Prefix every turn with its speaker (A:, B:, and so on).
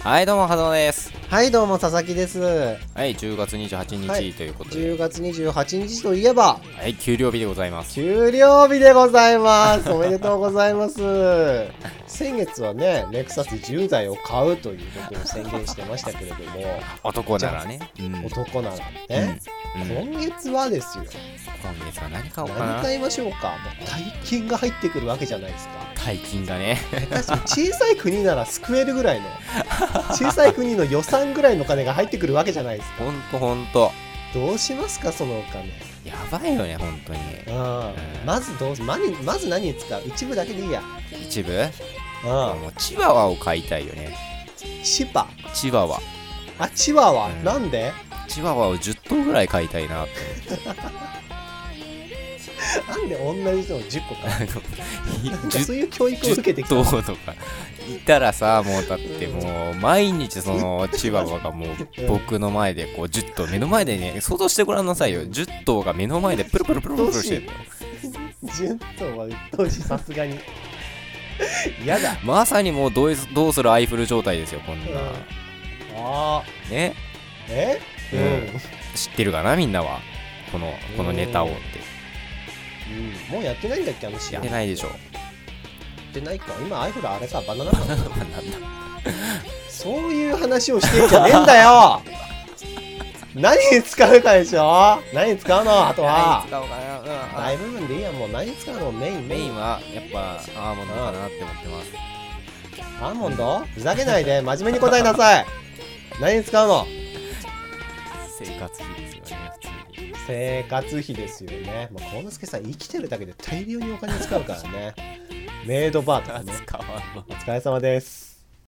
A: はいどうもハドです
B: はいどうも佐々木です
A: はい10月28日、
B: はい
A: ということで
B: 10月28日といえば
A: はい給料日でございます
B: 給料日でございますおめでとうございます 先月はねレクサス10台を買うということを宣言してましたけれども
A: 男ならね、うん
B: 男なら
A: うん
B: ね、
A: うん
B: 今月はですよ
A: 今月は何買おうか
B: 何
A: な
B: 買いましょうかもう大金が入ってくるわけじゃないです か
A: 大金がね
B: 確かに小さい国なら救えるぐら いの小さい国の予算ぐらいの金が入ってくるわけじゃないですか
A: ほんとほんと
B: どうしますかそのお金
A: やばいよねほんとに
B: うんまずどうまにまず何に使う一部だけでいいや
A: 一部
B: うん
A: もうチワワを買いたいよね
B: 千葉
A: チワワ
B: あチワワ、
A: うん
B: なんで
A: チワワを10頭ぐらい買いたいなって
B: なんで同じ人の10個か
A: あの
B: なんか
A: 10
B: そういう教育を受けてきた
A: 10頭とかいたらさもうだってもう毎日そのチワワがもう僕の前でこう10頭目の前でね想像してごらんなさいよ10頭が目の前でプルプルプルプルしてるの
B: 10頭は鬱陶しいさすが に嫌だ
A: まさにもうどういどうするアイフル状態ですよこんな
B: うんああ
A: ね
B: えうん、
A: 知ってるかなみんなはこのこのネタをって
B: うんもうやってないんだっけあの試
A: や
B: 合
A: ってないでしょ
B: やってないか今アイフルあれかバナナマン
A: まあなんだ
B: そういう話をしてんじゃねえんだ よ何に使うかでしょ何に使うのあとは
A: 何使おうかなうんあ
B: 大部分でいいやもう何に使うのメインメ
A: メ
B: イ
A: イ
B: ン
A: ンはやっぱアーモンドかなって思ってます
B: アーモンドふざけないで真面目に答えなさい 何に使うの
A: 生活費ですよね普通に
B: 生活費ですよねまあ幸之助さん生きてるだけで大量にお金使うからねメイドバーとかね
A: 使わんわ
B: お疲れ様です